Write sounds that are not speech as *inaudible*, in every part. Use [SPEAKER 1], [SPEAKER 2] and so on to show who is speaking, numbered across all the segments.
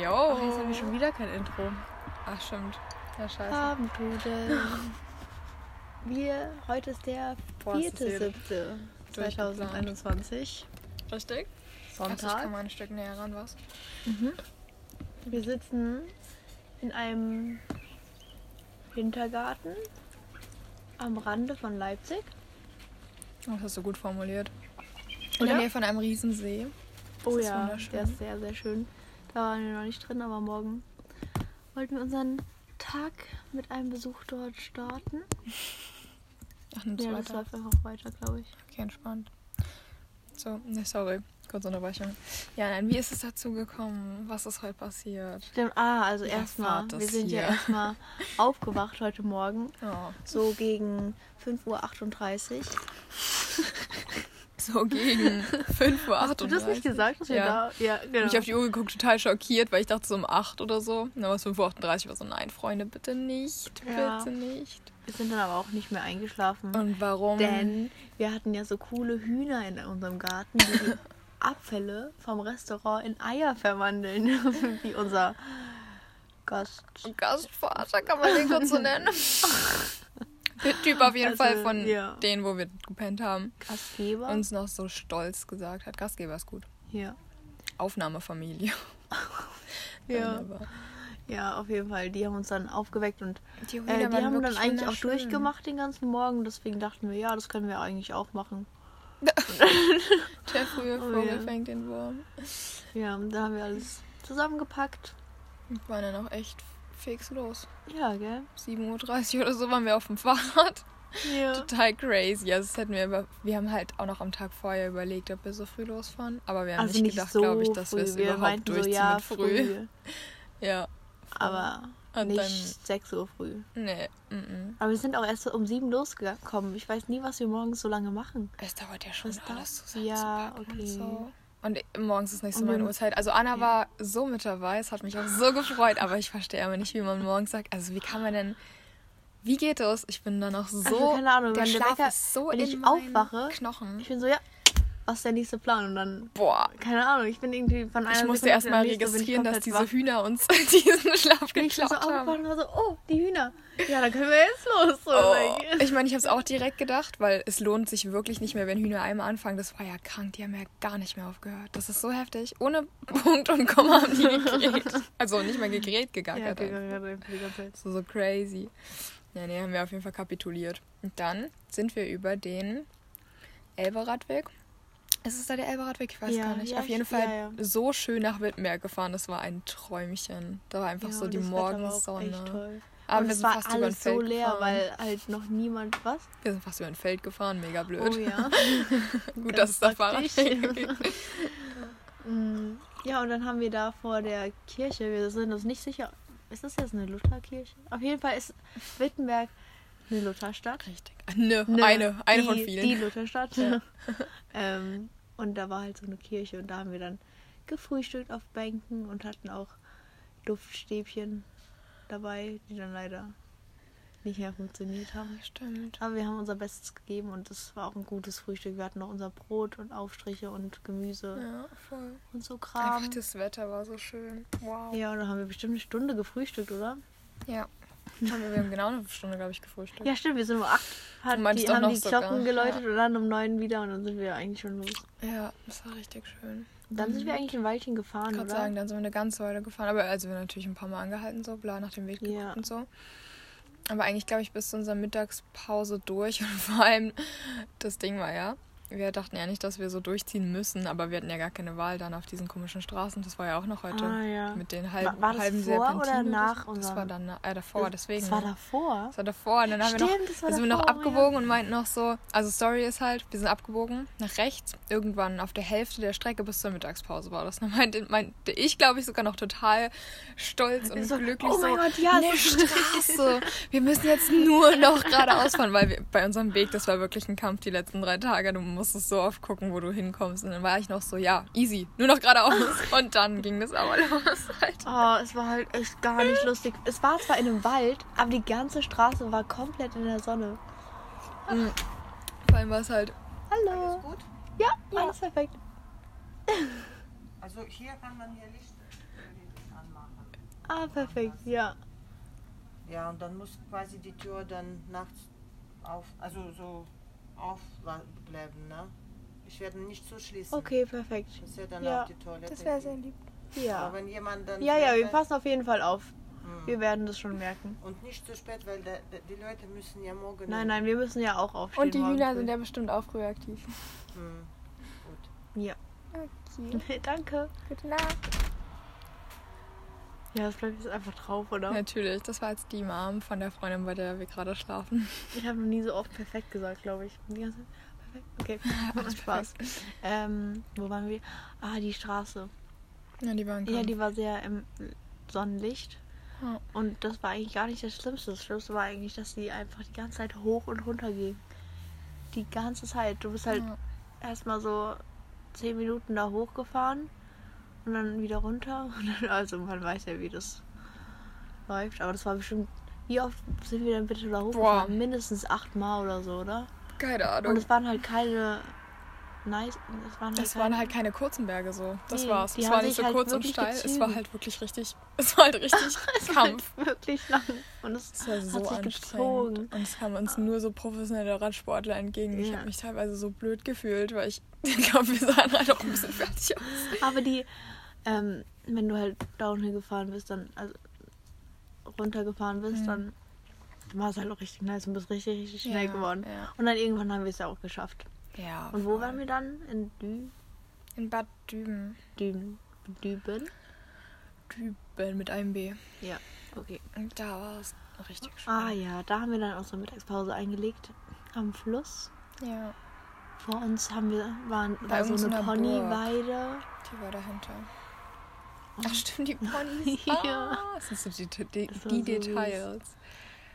[SPEAKER 1] Jo.
[SPEAKER 2] Oh, jetzt haben wir schon wieder kein Intro.
[SPEAKER 1] Ach, stimmt. Ja, scheiße.
[SPEAKER 2] Haben du denn? *laughs* Wir, heute ist der
[SPEAKER 1] Boah, es ist hier
[SPEAKER 2] 4.7.2021.
[SPEAKER 1] Richtig? Achso, ich
[SPEAKER 2] Sonntag.
[SPEAKER 1] komme mal ein Stück näher ran, was?
[SPEAKER 2] Wir sitzen in einem Hintergarten am Rande von Leipzig.
[SPEAKER 1] Oh, Das hast du gut formuliert. In
[SPEAKER 2] Oder?
[SPEAKER 1] der Nähe von einem Riesensee.
[SPEAKER 2] Oh
[SPEAKER 1] ist
[SPEAKER 2] ja,
[SPEAKER 1] wunderschön.
[SPEAKER 2] der ist sehr, sehr schön. Da waren wir noch nicht drin, aber morgen wollten wir unseren Tag mit einem Besuch dort starten.
[SPEAKER 1] Ach, nimm's
[SPEAKER 2] Ja, das
[SPEAKER 1] weiter.
[SPEAKER 2] läuft einfach weiter, glaube ich.
[SPEAKER 1] Okay, entspannt. So, ne, sorry. Kurze Unterbrechung. Ja, nein, wie ist es dazu gekommen? Was ist heute passiert?
[SPEAKER 2] Stimmt, ah, also
[SPEAKER 1] Ja,
[SPEAKER 2] erstmal,
[SPEAKER 1] fahrt das
[SPEAKER 2] wir sind ja
[SPEAKER 1] hier.
[SPEAKER 2] erstmal
[SPEAKER 1] *laughs*
[SPEAKER 2] aufgewacht heute Morgen,
[SPEAKER 1] Oh,
[SPEAKER 2] so gegen 5.38 Uhr.
[SPEAKER 1] so *laughs* gegen 5 Uhr.
[SPEAKER 2] Hast du das nicht gesagt, dass wir
[SPEAKER 1] Ja.
[SPEAKER 2] da... Ja, genau.
[SPEAKER 1] Ich habe auf die Uhr geguckt, total schockiert, weil ich dachte so um 8 oder so. Dann war es 5.38 Uhr, war so, nein, Freunde, bitte nicht, bitte
[SPEAKER 2] Ja.
[SPEAKER 1] nicht.
[SPEAKER 2] wir sind dann aber auch nicht mehr eingeschlafen,
[SPEAKER 1] Und warum?
[SPEAKER 2] denn wir hatten ja so coole Hühner in unserem Garten, die
[SPEAKER 1] *laughs*
[SPEAKER 2] die Abfälle vom Restaurant in Eier verwandeln, *laughs* wie unser Gast.
[SPEAKER 1] Gastvater kann man den
[SPEAKER 2] *laughs*
[SPEAKER 1] kurz so nennen. Der Typ auf jeden
[SPEAKER 2] Also,
[SPEAKER 1] Fall von
[SPEAKER 2] ja.
[SPEAKER 1] denen, wo wir gepennt haben,
[SPEAKER 2] Gastgeber.
[SPEAKER 1] uns noch so stolz gesagt hat. Gastgeber ist gut.
[SPEAKER 2] ja.
[SPEAKER 1] Aufnahmefamilie.
[SPEAKER 2] *laughs* Ja.
[SPEAKER 1] Wunderbar.
[SPEAKER 2] ja, auf jeden Fall. Die haben uns dann aufgeweckt und
[SPEAKER 1] Die,
[SPEAKER 2] Äh,
[SPEAKER 1] Ruine
[SPEAKER 2] die
[SPEAKER 1] waren
[SPEAKER 2] haben dann
[SPEAKER 1] wirklich
[SPEAKER 2] eigentlich auch
[SPEAKER 1] wunderschön.
[SPEAKER 2] durchgemacht den ganzen Morgen, deswegen dachten wir, ja, das können wir eigentlich auch machen.
[SPEAKER 1] Der frühe
[SPEAKER 2] Oh,
[SPEAKER 1] Vogel
[SPEAKER 2] ja.
[SPEAKER 1] fängt den Wurm.
[SPEAKER 2] Ja, und dann haben wir alles zusammengepackt.
[SPEAKER 1] Wir waren dann auch echt fix los.
[SPEAKER 2] Ja, gell?
[SPEAKER 1] 7.30 Uhr oder so waren wir auf dem Fahrrad.
[SPEAKER 2] Ja.
[SPEAKER 1] Total crazy. Also das hätten wir, über wir haben halt auch noch am Tag vorher überlegt, ob wir so früh losfahren. Aber wir
[SPEAKER 2] Also
[SPEAKER 1] haben nicht gedacht, glaube ich, dass wir es überhaupt durchziehen mit früh. Ja.
[SPEAKER 2] aber
[SPEAKER 1] *laughs* Und
[SPEAKER 2] nicht 6 Uhr früh.
[SPEAKER 1] dann. Nee. Mm -mm.
[SPEAKER 2] Aber wir sind auch erst um 7 losgekommen. Ich weiß nie, was wir morgens so lange machen.
[SPEAKER 1] Es dauert ja schon
[SPEAKER 2] Was da-
[SPEAKER 1] alles zusammen
[SPEAKER 2] Ja,
[SPEAKER 1] zu packen
[SPEAKER 2] okay.
[SPEAKER 1] und so. Und morgens ist nicht so
[SPEAKER 2] Und wir-
[SPEAKER 1] meine Uhrzeit. Also Anna war so mit dabei, es hat mich auch so gefreut, aber ich verstehe immer nicht, wie man morgens sagt, also wie kann man denn, wie geht das? Ich bin da noch so,
[SPEAKER 2] Also, keine Ahnung,
[SPEAKER 1] der
[SPEAKER 2] wenn der
[SPEAKER 1] Schlaf
[SPEAKER 2] Wecker-
[SPEAKER 1] ist so
[SPEAKER 2] wenn
[SPEAKER 1] in
[SPEAKER 2] ich
[SPEAKER 1] meinen
[SPEAKER 2] aufwache,
[SPEAKER 1] Knochen.
[SPEAKER 2] Ich bin so, ja, was ist der nächste Plan? Und dann,
[SPEAKER 1] Boah,
[SPEAKER 2] keine Ahnung, ich bin irgendwie von einer
[SPEAKER 1] ich musste
[SPEAKER 2] Sekunde
[SPEAKER 1] erst
[SPEAKER 2] zur
[SPEAKER 1] mal
[SPEAKER 2] nächsten bin ich
[SPEAKER 1] registrieren, dass
[SPEAKER 2] komplett
[SPEAKER 1] diese
[SPEAKER 2] wach.
[SPEAKER 1] Hühner uns *laughs* diesen Schlaf
[SPEAKER 2] Bin ich so
[SPEAKER 1] geklaut haben.
[SPEAKER 2] aufgewacht und war so, oh, die Hühner. Ja, dann können wir jetzt los. So,
[SPEAKER 1] Oh.
[SPEAKER 2] like. *laughs*
[SPEAKER 1] Ich meine, ich habe es auch direkt gedacht, weil es lohnt sich wirklich nicht mehr, wenn Hühner einmal anfangen. Das war ja krank, die haben ja gar nicht mehr aufgehört. Das ist so heftig. Ohne Punkt und Komma haben die gekräht. Also nicht mal gekräht,
[SPEAKER 2] Ja,
[SPEAKER 1] gegackert.
[SPEAKER 2] Digga, gerade einfach die ganze Zeit.
[SPEAKER 1] so, so crazy. Ja, nee, haben wir auf jeden Fall kapituliert. Und dann sind wir über den Elberadweg. Ist es da der Elberadweg? Ich weiß
[SPEAKER 2] Ja,
[SPEAKER 1] gar nicht.
[SPEAKER 2] ja,
[SPEAKER 1] auf jeden
[SPEAKER 2] ich-
[SPEAKER 1] Fall
[SPEAKER 2] ja, ja.
[SPEAKER 1] so schön nach Wittenberg gefahren. Das war ein Träumchen. Da war einfach
[SPEAKER 2] Ja,
[SPEAKER 1] so
[SPEAKER 2] und
[SPEAKER 1] die
[SPEAKER 2] das Wetter war auch echt
[SPEAKER 1] Morgensonne.
[SPEAKER 2] toll.
[SPEAKER 1] Aber
[SPEAKER 2] und
[SPEAKER 1] wir
[SPEAKER 2] es
[SPEAKER 1] sind
[SPEAKER 2] war
[SPEAKER 1] fast über ein
[SPEAKER 2] alles
[SPEAKER 1] Feld
[SPEAKER 2] so leer,
[SPEAKER 1] gefahren.
[SPEAKER 2] weil halt noch niemand was.
[SPEAKER 1] Wir sind fast über ein Feld gefahren, mega
[SPEAKER 2] Oh
[SPEAKER 1] blöd.
[SPEAKER 2] ja.
[SPEAKER 1] *laughs* Gut, dass
[SPEAKER 2] ganz
[SPEAKER 1] es da
[SPEAKER 2] praktisch.
[SPEAKER 1] Fahrradwege gibt.
[SPEAKER 2] Mm, ja, und dann haben wir da vor der Kirche, wir sind uns nicht sicher, ist das jetzt eine Lutherkirche? Auf jeden Fall ist Wittenberg eine
[SPEAKER 1] *laughs*
[SPEAKER 2] Lutherstadt.
[SPEAKER 1] Richtig. Nö,
[SPEAKER 2] Ne,
[SPEAKER 1] eine, eine
[SPEAKER 2] die,
[SPEAKER 1] von vielen.
[SPEAKER 2] Die
[SPEAKER 1] *laughs*
[SPEAKER 2] Lutherstadt.
[SPEAKER 1] Ja.
[SPEAKER 2] ähm, und da war halt so eine Kirche und da haben wir dann gefrühstückt auf Bänken und hatten auch Duftstäbchen dabei, die dann leider nicht mehr funktioniert haben.
[SPEAKER 1] Stimmt.
[SPEAKER 2] Aber wir haben unser Bestes gegeben und es war auch ein gutes Frühstück. Wir hatten noch unser Brot und Aufstriche und Gemüse
[SPEAKER 1] Ja, voll.
[SPEAKER 2] und so
[SPEAKER 1] Einfach
[SPEAKER 2] Kram.
[SPEAKER 1] das Wetter war so schön. Wow. Ja.
[SPEAKER 2] Ja, und dann haben wir bestimmt eine Stunde gefrühstückt, oder?
[SPEAKER 1] Haben wir, wir haben genau eine Stunde, glaube ich, gefrühstückt.
[SPEAKER 2] Ja, stimmt, wir sind um 8, hat,
[SPEAKER 1] Du meinst
[SPEAKER 2] die,
[SPEAKER 1] doch
[SPEAKER 2] haben
[SPEAKER 1] noch
[SPEAKER 2] die
[SPEAKER 1] sogar.
[SPEAKER 2] Glocken geläutet und dann um 9 wieder und dann sind wir eigentlich schon los.
[SPEAKER 1] Ja, das war richtig schön.
[SPEAKER 2] Dann sind wir
[SPEAKER 1] Mhm.
[SPEAKER 2] eigentlich ein Weilchen
[SPEAKER 1] Ich
[SPEAKER 2] gefahren,
[SPEAKER 1] kann
[SPEAKER 2] oder?
[SPEAKER 1] sagen, dann sind wir eine ganze Weile gefahren. Aber also wir haben natürlich ein paar Mal angehalten, so bla, nach dem Weg geguckt
[SPEAKER 2] Ja.
[SPEAKER 1] und so. Aber eigentlich, glaube ich, bis zu unserer Mittagspause durch. *laughs* Und vor allem, das Ding war ja, wir dachten ja nicht, dass wir so durchziehen müssen, aber wir hatten ja gar keine Wahl dann auf diesen komischen Straßen. Das war ja auch noch heute.
[SPEAKER 2] Ah, ja.
[SPEAKER 1] Mit den halben,
[SPEAKER 2] Wa- war das
[SPEAKER 1] halben
[SPEAKER 2] vor oder
[SPEAKER 1] Serpentinen.
[SPEAKER 2] nach
[SPEAKER 1] Das
[SPEAKER 2] unserem-
[SPEAKER 1] war dann äh, davor, deswegen.
[SPEAKER 2] Das war
[SPEAKER 1] ne?
[SPEAKER 2] davor.
[SPEAKER 1] Das war davor. Und dann haben wir noch,
[SPEAKER 2] Stimmt, das war
[SPEAKER 1] da sind wir noch
[SPEAKER 2] davor, ja.
[SPEAKER 1] abgewogen und meinten noch so, also Story ist halt, wir sind abgewogen nach rechts, irgendwann auf der Hälfte der Strecke bis zur Mittagspause war das. Dann meinte, meinte ich, glaube ich, sogar noch total stolz und
[SPEAKER 2] So,
[SPEAKER 1] glücklich
[SPEAKER 2] oh
[SPEAKER 1] so,
[SPEAKER 2] mein Gott, ja, *laughs*
[SPEAKER 1] eine
[SPEAKER 2] es ist-
[SPEAKER 1] Straße. Wir müssen jetzt nur noch geradeaus fahren, weil wir, bei unserem Weg, das war wirklich ein Kampf die letzten drei Tage. Du musstest so oft gucken, wo du hinkommst. Und dann war ich noch so, ja, easy, nur noch geradeaus. Und dann ging das aber *laughs* los halt.
[SPEAKER 2] Oh, es war halt echt gar nicht lustig. Es war zwar in einem Wald, aber die ganze Straße war komplett in der Sonne.
[SPEAKER 1] Vor allem war es halt
[SPEAKER 2] Hallo.
[SPEAKER 3] Alles gut?
[SPEAKER 2] Ja, alles perfekt.
[SPEAKER 3] Also hier kann man hier Licht äh, an.
[SPEAKER 2] Ah, perfekt, ja.
[SPEAKER 3] Ja, und dann muss quasi die Tür dann nachts auf, also so aufbleiben, ne? Ich werde nicht zuschließen.
[SPEAKER 2] Okay, perfekt.
[SPEAKER 3] Dass er dann
[SPEAKER 2] Ja,
[SPEAKER 3] auf die Toilette
[SPEAKER 4] Das wäre
[SPEAKER 3] geht.
[SPEAKER 4] sehr lieb.
[SPEAKER 2] Ja.
[SPEAKER 3] Aber wenn jemand dann
[SPEAKER 2] Ja, ja, wir
[SPEAKER 3] vielleicht-
[SPEAKER 2] passen auf jeden Fall auf.
[SPEAKER 3] Hm.
[SPEAKER 2] Wir werden das schon merken.
[SPEAKER 3] Und nicht zu spät, weil der, der, die Leute müssen ja morgen.
[SPEAKER 2] Nein, nein, wir müssen ja auch aufstehen.
[SPEAKER 4] Und die
[SPEAKER 2] morgen
[SPEAKER 4] Hühner
[SPEAKER 2] früh.
[SPEAKER 4] sind ja bestimmt auch früh aktiv.
[SPEAKER 3] Hm. Gut.
[SPEAKER 4] Okay,
[SPEAKER 2] Danke.
[SPEAKER 4] gute Nacht.
[SPEAKER 2] Ja, das bleibt jetzt einfach drauf, oder?
[SPEAKER 1] Natürlich, das war jetzt die Mom von der Freundin, bei der wir gerade schlafen.
[SPEAKER 2] Ich habe noch nie so oft perfekt gesagt, glaube ich. Die ganze Zeit, perfekt. Okay, macht
[SPEAKER 1] Alles
[SPEAKER 2] Spaß. Ähm, wo waren wir? Ah, die Straße.
[SPEAKER 1] Ja, die waren
[SPEAKER 2] Ja,
[SPEAKER 1] krank.
[SPEAKER 2] die war sehr im Sonnenlicht.
[SPEAKER 1] Ja.
[SPEAKER 2] Und das war eigentlich gar nicht das Schlimmste. Das Schlimmste war eigentlich, dass sie einfach die ganze Zeit hoch und runter ging. Die ganze Zeit. Du bist halt
[SPEAKER 1] Ja.
[SPEAKER 2] erstmal so zehn Minuten da hochgefahren und dann wieder runter. *laughs* Und dann, also man weiß ja, wie das läuft. Aber das war bestimmt. Wie oft sind wir denn bitte da hochgefahren? Mindestens achtmal oder so, oder?
[SPEAKER 1] Keine
[SPEAKER 2] Und
[SPEAKER 1] Ahnung.
[SPEAKER 2] es waren halt keine nice. Es waren halt,
[SPEAKER 1] Es waren
[SPEAKER 2] keine- *laughs*
[SPEAKER 1] halt keine kurzen Berge so. Das
[SPEAKER 2] Nee,
[SPEAKER 1] war's.
[SPEAKER 2] die
[SPEAKER 1] Es
[SPEAKER 2] haben
[SPEAKER 1] war nicht
[SPEAKER 2] sich
[SPEAKER 1] so
[SPEAKER 2] halt
[SPEAKER 1] kurz und
[SPEAKER 2] wirklich
[SPEAKER 1] steil. Es war
[SPEAKER 2] gezogen.
[SPEAKER 1] halt wirklich richtig. *laughs* Es war halt
[SPEAKER 2] *laughs*
[SPEAKER 1] richtig Kampf.
[SPEAKER 2] wirklich lang. Und es
[SPEAKER 1] Es war so
[SPEAKER 2] sich
[SPEAKER 1] anstrengend.
[SPEAKER 2] gezogen.
[SPEAKER 1] Und es kamen uns nur so professionelle Radsportler entgegen. Ich
[SPEAKER 2] Ja.
[SPEAKER 1] habe mich teilweise so blöd gefühlt, weil ich, *laughs* ich glaube, wir sahen halt auch ein bisschen fertig aus.
[SPEAKER 2] Aber die, ähm, wenn du halt downhill gefahren bist, dann, also runtergefahren bist,
[SPEAKER 1] Mhm.
[SPEAKER 2] dann war es halt auch richtig nice und bist richtig, richtig schnell
[SPEAKER 1] Ja,
[SPEAKER 2] geworden.
[SPEAKER 1] ja.
[SPEAKER 2] Und dann irgendwann haben wir es ja auch geschafft.
[SPEAKER 1] Ja.
[SPEAKER 2] Und wo waren wir dann? In Dü
[SPEAKER 1] In Bad Düben.
[SPEAKER 2] Düben. Düben?
[SPEAKER 1] Düben mit einem B.
[SPEAKER 2] Ja, okay.
[SPEAKER 1] Und da war es richtig schön.
[SPEAKER 2] Ah ja, da haben wir dann unsere Mittagspause eingelegt am Fluss.
[SPEAKER 1] ja.
[SPEAKER 2] Vor uns haben wir, waren,
[SPEAKER 1] Bei
[SPEAKER 2] war so eine
[SPEAKER 1] irgendeiner Burg.
[SPEAKER 2] Ponyweide.
[SPEAKER 1] Die war dahinter. Ach stimmt, die Ponys.
[SPEAKER 2] Oh. *laughs* Ja.
[SPEAKER 1] Ah, das sind so die, die,
[SPEAKER 2] Das war
[SPEAKER 1] die
[SPEAKER 2] so süß.
[SPEAKER 1] Details.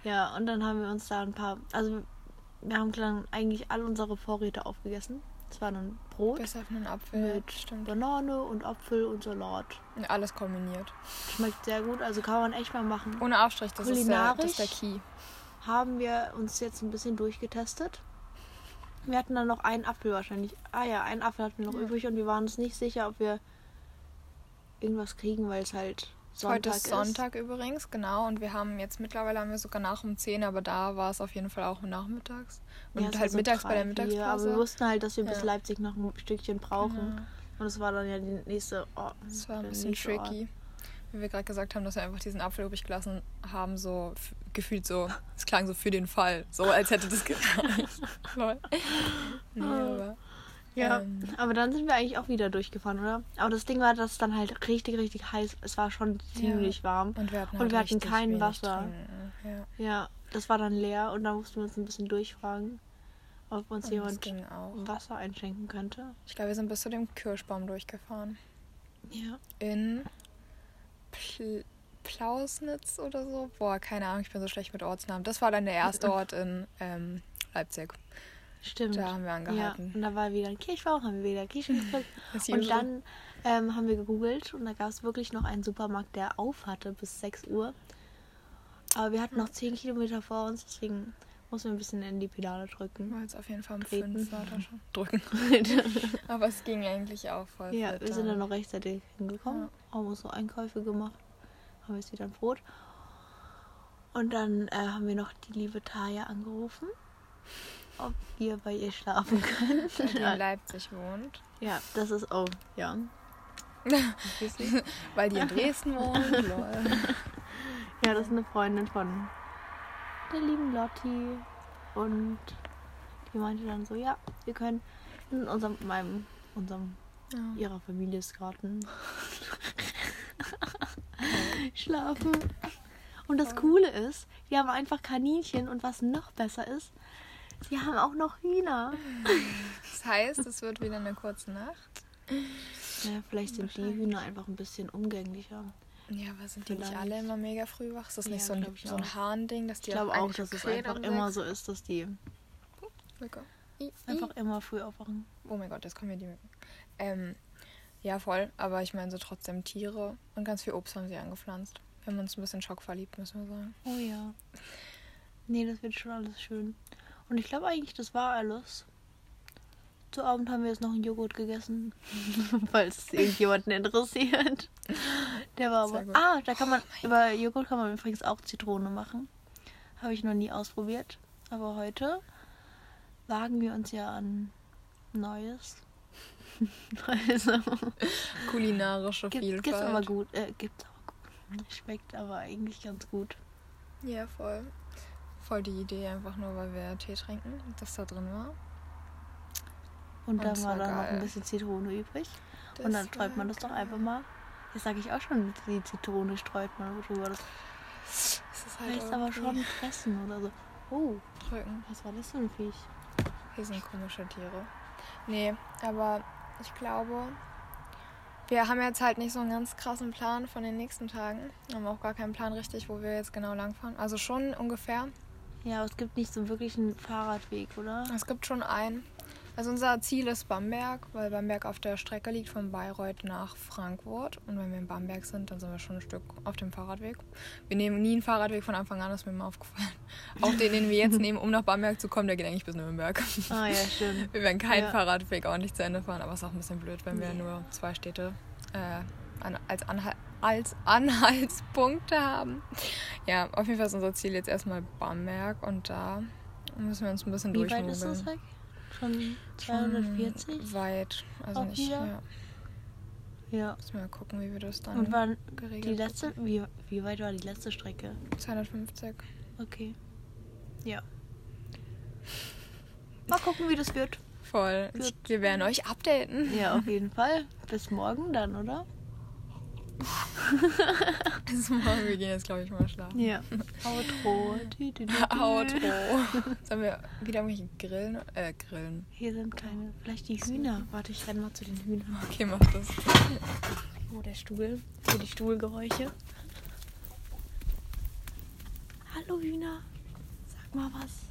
[SPEAKER 2] Ja, und dann haben wir uns da ein paar, also wir haben dann eigentlich alle unsere Vorräte aufgegessen. Es war dann Brot.
[SPEAKER 1] Bis auf einen Apfel.
[SPEAKER 2] Mit
[SPEAKER 1] stimmt.
[SPEAKER 2] Banane und Apfel und Salat.
[SPEAKER 1] Alles kombiniert.
[SPEAKER 2] Schmeckt sehr gut, also kann man echt mal machen.
[SPEAKER 1] Ohne Abstrich, das, ist der, das ist
[SPEAKER 2] Kulinarisch?
[SPEAKER 1] der Key.
[SPEAKER 2] Haben wir uns jetzt ein bisschen durchgetestet. Wir hatten dann noch einen Apfel wahrscheinlich. Ah ja, einen Apfel hatten wir noch übrig und wir waren uns nicht sicher, ob wir irgendwas kriegen, weil es halt Sonntag
[SPEAKER 1] Heute ist Sonntag übrigens, genau. Und wir haben jetzt mittlerweile haben wir sogar nach um 10, aber da war es auf jeden Fall auch nachmittags.
[SPEAKER 2] Ja,
[SPEAKER 1] Und
[SPEAKER 2] es war
[SPEAKER 1] halt
[SPEAKER 2] so
[SPEAKER 1] mittags bei der
[SPEAKER 2] drei, vier, Aber wir um
[SPEAKER 1] Mittagspause.
[SPEAKER 2] wussten halt, dass wir bis
[SPEAKER 1] Ja.
[SPEAKER 2] Leipzig noch ein Stückchen brauchen.
[SPEAKER 1] Genau.
[SPEAKER 2] Und es war dann ja die nächste. Oh,
[SPEAKER 1] Das war ein
[SPEAKER 2] der
[SPEAKER 1] bisschen
[SPEAKER 2] nächste Ort.
[SPEAKER 1] tricky. Wie wir gerade gesagt haben, dass wir einfach diesen Apfel übrig gelassen haben, so f- gefühlt so, es klang so für den Fall. So als hätte das gereicht. *laughs* Lol. nee, aber,
[SPEAKER 2] Ah. Ja,
[SPEAKER 1] ähm,
[SPEAKER 2] aber dann sind wir eigentlich auch wieder durchgefahren, oder? Aber das Ding war, dass es dann halt richtig, richtig heiß. Es war schon ziemlich warm.
[SPEAKER 1] und wir hatten,
[SPEAKER 2] Und
[SPEAKER 1] halt
[SPEAKER 2] wir hatten
[SPEAKER 1] richtig
[SPEAKER 2] kein
[SPEAKER 1] wenig
[SPEAKER 2] Wasser.
[SPEAKER 1] Trinken. Ja,
[SPEAKER 2] Ja, das war dann leer und da mussten wir uns ein bisschen durchfragen, ob uns
[SPEAKER 1] und das
[SPEAKER 2] jemand
[SPEAKER 1] ging auch.
[SPEAKER 2] Wasser einschenken könnte.
[SPEAKER 1] Ich glaube, wir sind bis zu dem Kirschbaum durchgefahren.
[SPEAKER 2] Ja.
[SPEAKER 1] in Pl Plausnitz oder so. Boah, keine Ahnung, ich bin so schlecht mit Ortsnamen. Das war dann der
[SPEAKER 2] *laughs*
[SPEAKER 1] erste Ort in ähm, Leipzig.
[SPEAKER 2] Stimmt.
[SPEAKER 1] Da haben wir
[SPEAKER 2] ja,
[SPEAKER 1] angehalten.
[SPEAKER 2] und da war wieder ein Kirschbauch, haben wir
[SPEAKER 1] *laughs*
[SPEAKER 2] wieder Kirschen gepflückt.
[SPEAKER 1] As usual.
[SPEAKER 2] und dann ähm, haben wir gegoogelt und da gab es wirklich noch einen Supermarkt, der auf hatte bis 6 Uhr. Aber wir hatten noch 10 Kilometer vor uns, deswegen mussten wir ein bisschen in die Pedale drücken.
[SPEAKER 1] war jetzt auf jeden Fall um
[SPEAKER 2] Treten.
[SPEAKER 1] fünf war da schon.
[SPEAKER 2] *laughs*
[SPEAKER 1] Drücken. Aber es ging eigentlich auch voll.
[SPEAKER 2] Ja,
[SPEAKER 1] fit
[SPEAKER 2] wir sind dann noch rechtzeitig hingekommen,
[SPEAKER 1] Ja.
[SPEAKER 2] haben uns so Einkäufe gemacht, haben jetzt wieder ein Brot. Und dann äh, haben wir noch die liebe Taya angerufen, ob wir bei ihr schlafen können.
[SPEAKER 1] Die in Leipzig wohnt.
[SPEAKER 2] ja, das ist, oh, ja.
[SPEAKER 1] Weil
[SPEAKER 2] *laughs*
[SPEAKER 1] die in Dresden wohnt. Lol.
[SPEAKER 2] Ja, das ist eine Freundin von der lieben Lotti. Und die meinte dann so, ja, wir können in unserem, meinem, unserem,
[SPEAKER 1] Ja.
[SPEAKER 2] ihrer
[SPEAKER 1] *laughs*
[SPEAKER 2] Familiesgarten schlafen. Und
[SPEAKER 1] Oh.
[SPEAKER 2] das Coole ist, die haben einfach Kaninchen und was noch besser ist, die haben auch noch Hühner.
[SPEAKER 1] Das heißt, es wird wieder eine kurze Nacht.
[SPEAKER 2] Naja, vielleicht sind die Hühner einfach ein bisschen umgänglicher.
[SPEAKER 1] Ja, aber sind die nicht
[SPEAKER 2] Vielleicht.
[SPEAKER 1] alle immer mega früh wach? Ist das
[SPEAKER 2] Ja,
[SPEAKER 1] nicht so ein,
[SPEAKER 2] glaub ich
[SPEAKER 1] so ein
[SPEAKER 2] auch.
[SPEAKER 1] Haarending, dass die
[SPEAKER 2] Ich glaube auch,
[SPEAKER 1] eigentlich
[SPEAKER 2] dass es
[SPEAKER 1] okay
[SPEAKER 2] einfach
[SPEAKER 1] dann
[SPEAKER 2] immer
[SPEAKER 1] sechs-
[SPEAKER 2] so ist, dass die
[SPEAKER 1] Lecker. I, I.
[SPEAKER 2] einfach immer früh aufwachen.
[SPEAKER 1] Oh mein Gott, jetzt kommen mir die Mücken. Ähm, ja, voll. Aber ich meine so trotzdem Tiere und ganz viel Obst haben sie angepflanzt. Wir haben uns ein bisschen schockverliebt, müssen wir sagen.
[SPEAKER 2] Oh ja. Nee, das wird schon alles schön. Und ich glaube eigentlich, das war alles. Zu *laughs* Abend haben wir jetzt noch einen Joghurt gegessen. Falls es irgendjemanden interessiert. Der war
[SPEAKER 1] Sehr
[SPEAKER 2] aber.
[SPEAKER 1] gut. Oh
[SPEAKER 2] Ah, da kann man. über Joghurt kann man übrigens auch Zitrone machen. Habe ich noch nie ausprobiert. Aber heute wagen wir uns ja an Neues. *laughs* also,
[SPEAKER 1] Kulinarische
[SPEAKER 2] gibt,
[SPEAKER 1] Vielfalt.
[SPEAKER 2] gibt's aber gut. Äh, gibt's aber gut. Schmeckt aber eigentlich ganz gut.
[SPEAKER 1] Ja, voll. Voll die Idee, einfach nur, weil wir Tee trinken, das da drin war.
[SPEAKER 2] Und,
[SPEAKER 1] Und
[SPEAKER 2] dann
[SPEAKER 1] es war
[SPEAKER 2] war dann noch ein
[SPEAKER 1] geil.
[SPEAKER 2] bisschen Zitrone übrig.
[SPEAKER 1] Das äh,
[SPEAKER 2] und dann
[SPEAKER 1] war
[SPEAKER 2] streut man das doch einfach mal. Jetzt sage ich auch schon, die Zitrone streut man drüber. Das
[SPEAKER 1] Das ist halt
[SPEAKER 2] heißt aber schon fressen oder so. Oh,
[SPEAKER 1] Rücken.
[SPEAKER 2] was war das für ein Viech?
[SPEAKER 1] Hier sind komische Tiere. Nee, aber ich glaube, wir haben jetzt halt nicht so einen ganz krassen Plan von den nächsten Tagen. Wir haben auch gar keinen Plan richtig, wo wir jetzt genau langfahren. Also schon ungefähr.
[SPEAKER 2] Ja, aber es gibt nicht so wirklich einen Fahrradweg, oder?
[SPEAKER 1] Es gibt schon einen. Also unser Ziel ist Bamberg, weil Bamberg auf der Strecke liegt von Bayreuth nach Frankfurt. Und wenn wir in Bamberg sind, dann sind wir schon ein Stück auf dem Fahrradweg. Wir nehmen nie einen Fahrradweg von Anfang an, das ist mir mal aufgefallen. *laughs* Auch den, den wir jetzt nehmen, um nach Bamberg zu kommen, der geht eigentlich bis Nürnberg. *laughs*
[SPEAKER 2] Ah ja, stimmt.
[SPEAKER 1] Wir werden keinen
[SPEAKER 2] Ja.
[SPEAKER 1] Fahrradweg ordentlich zu Ende fahren, aber es ist auch ein bisschen blöd, wenn wir
[SPEAKER 2] Nee.
[SPEAKER 1] nur zwei Städte äh, an, als, Anhal als Anhaltspunkte haben. Ja, auf jeden Fall ist unser Ziel jetzt erstmal Bamberg und da müssen wir uns ein bisschen
[SPEAKER 2] Wie weit ist
[SPEAKER 1] durchmogeln.
[SPEAKER 2] das weg? Schon
[SPEAKER 1] Schon
[SPEAKER 2] 240?
[SPEAKER 1] Weit. Also
[SPEAKER 2] Auch
[SPEAKER 1] nicht.
[SPEAKER 2] wieder?
[SPEAKER 1] Ja.
[SPEAKER 2] Ja.
[SPEAKER 1] Müssen wir mal gucken, wie wir das dann
[SPEAKER 2] Und wann die
[SPEAKER 1] geregelt
[SPEAKER 2] letzte, wie, wie weit war die letzte Strecke?
[SPEAKER 1] haben. 250.
[SPEAKER 2] Okay. Ja. Mal gucken, wie das wird.
[SPEAKER 1] Voll. Ich,
[SPEAKER 2] Gut.
[SPEAKER 1] wir werden euch updaten. *laughs*
[SPEAKER 2] Ja, auf jeden Fall. Bis morgen dann, oder?
[SPEAKER 1] Bis morgen. Wir gehen jetzt, glaube ich, mal schlafen.
[SPEAKER 2] Ja. Outro. Dü, dü, dü, dü.
[SPEAKER 1] Outro.
[SPEAKER 2] *laughs*
[SPEAKER 1] Sollen wir wieder irgendwelche Grillen? Äh, Grillen.
[SPEAKER 2] Hier sind keine. Vielleicht die Hühner. Warte, ich renne mal zu den Hühnern.
[SPEAKER 1] Okay, mach das.
[SPEAKER 2] Oh, der Stuhl. Für die Stuhlgeräusche. Hallo Hühner. Sag mal was.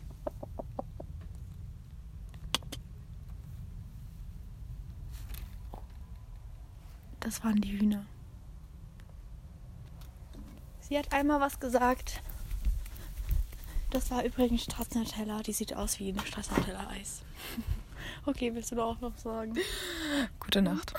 [SPEAKER 2] Das waren die Hühner.
[SPEAKER 5] Sie hat einmal was gesagt. Das war übrigens Stracciatella. Die sieht aus wie ein *laughs* Stracciatella-Eis. Okay, willst du da auch noch sagen?
[SPEAKER 1] Gute Nacht.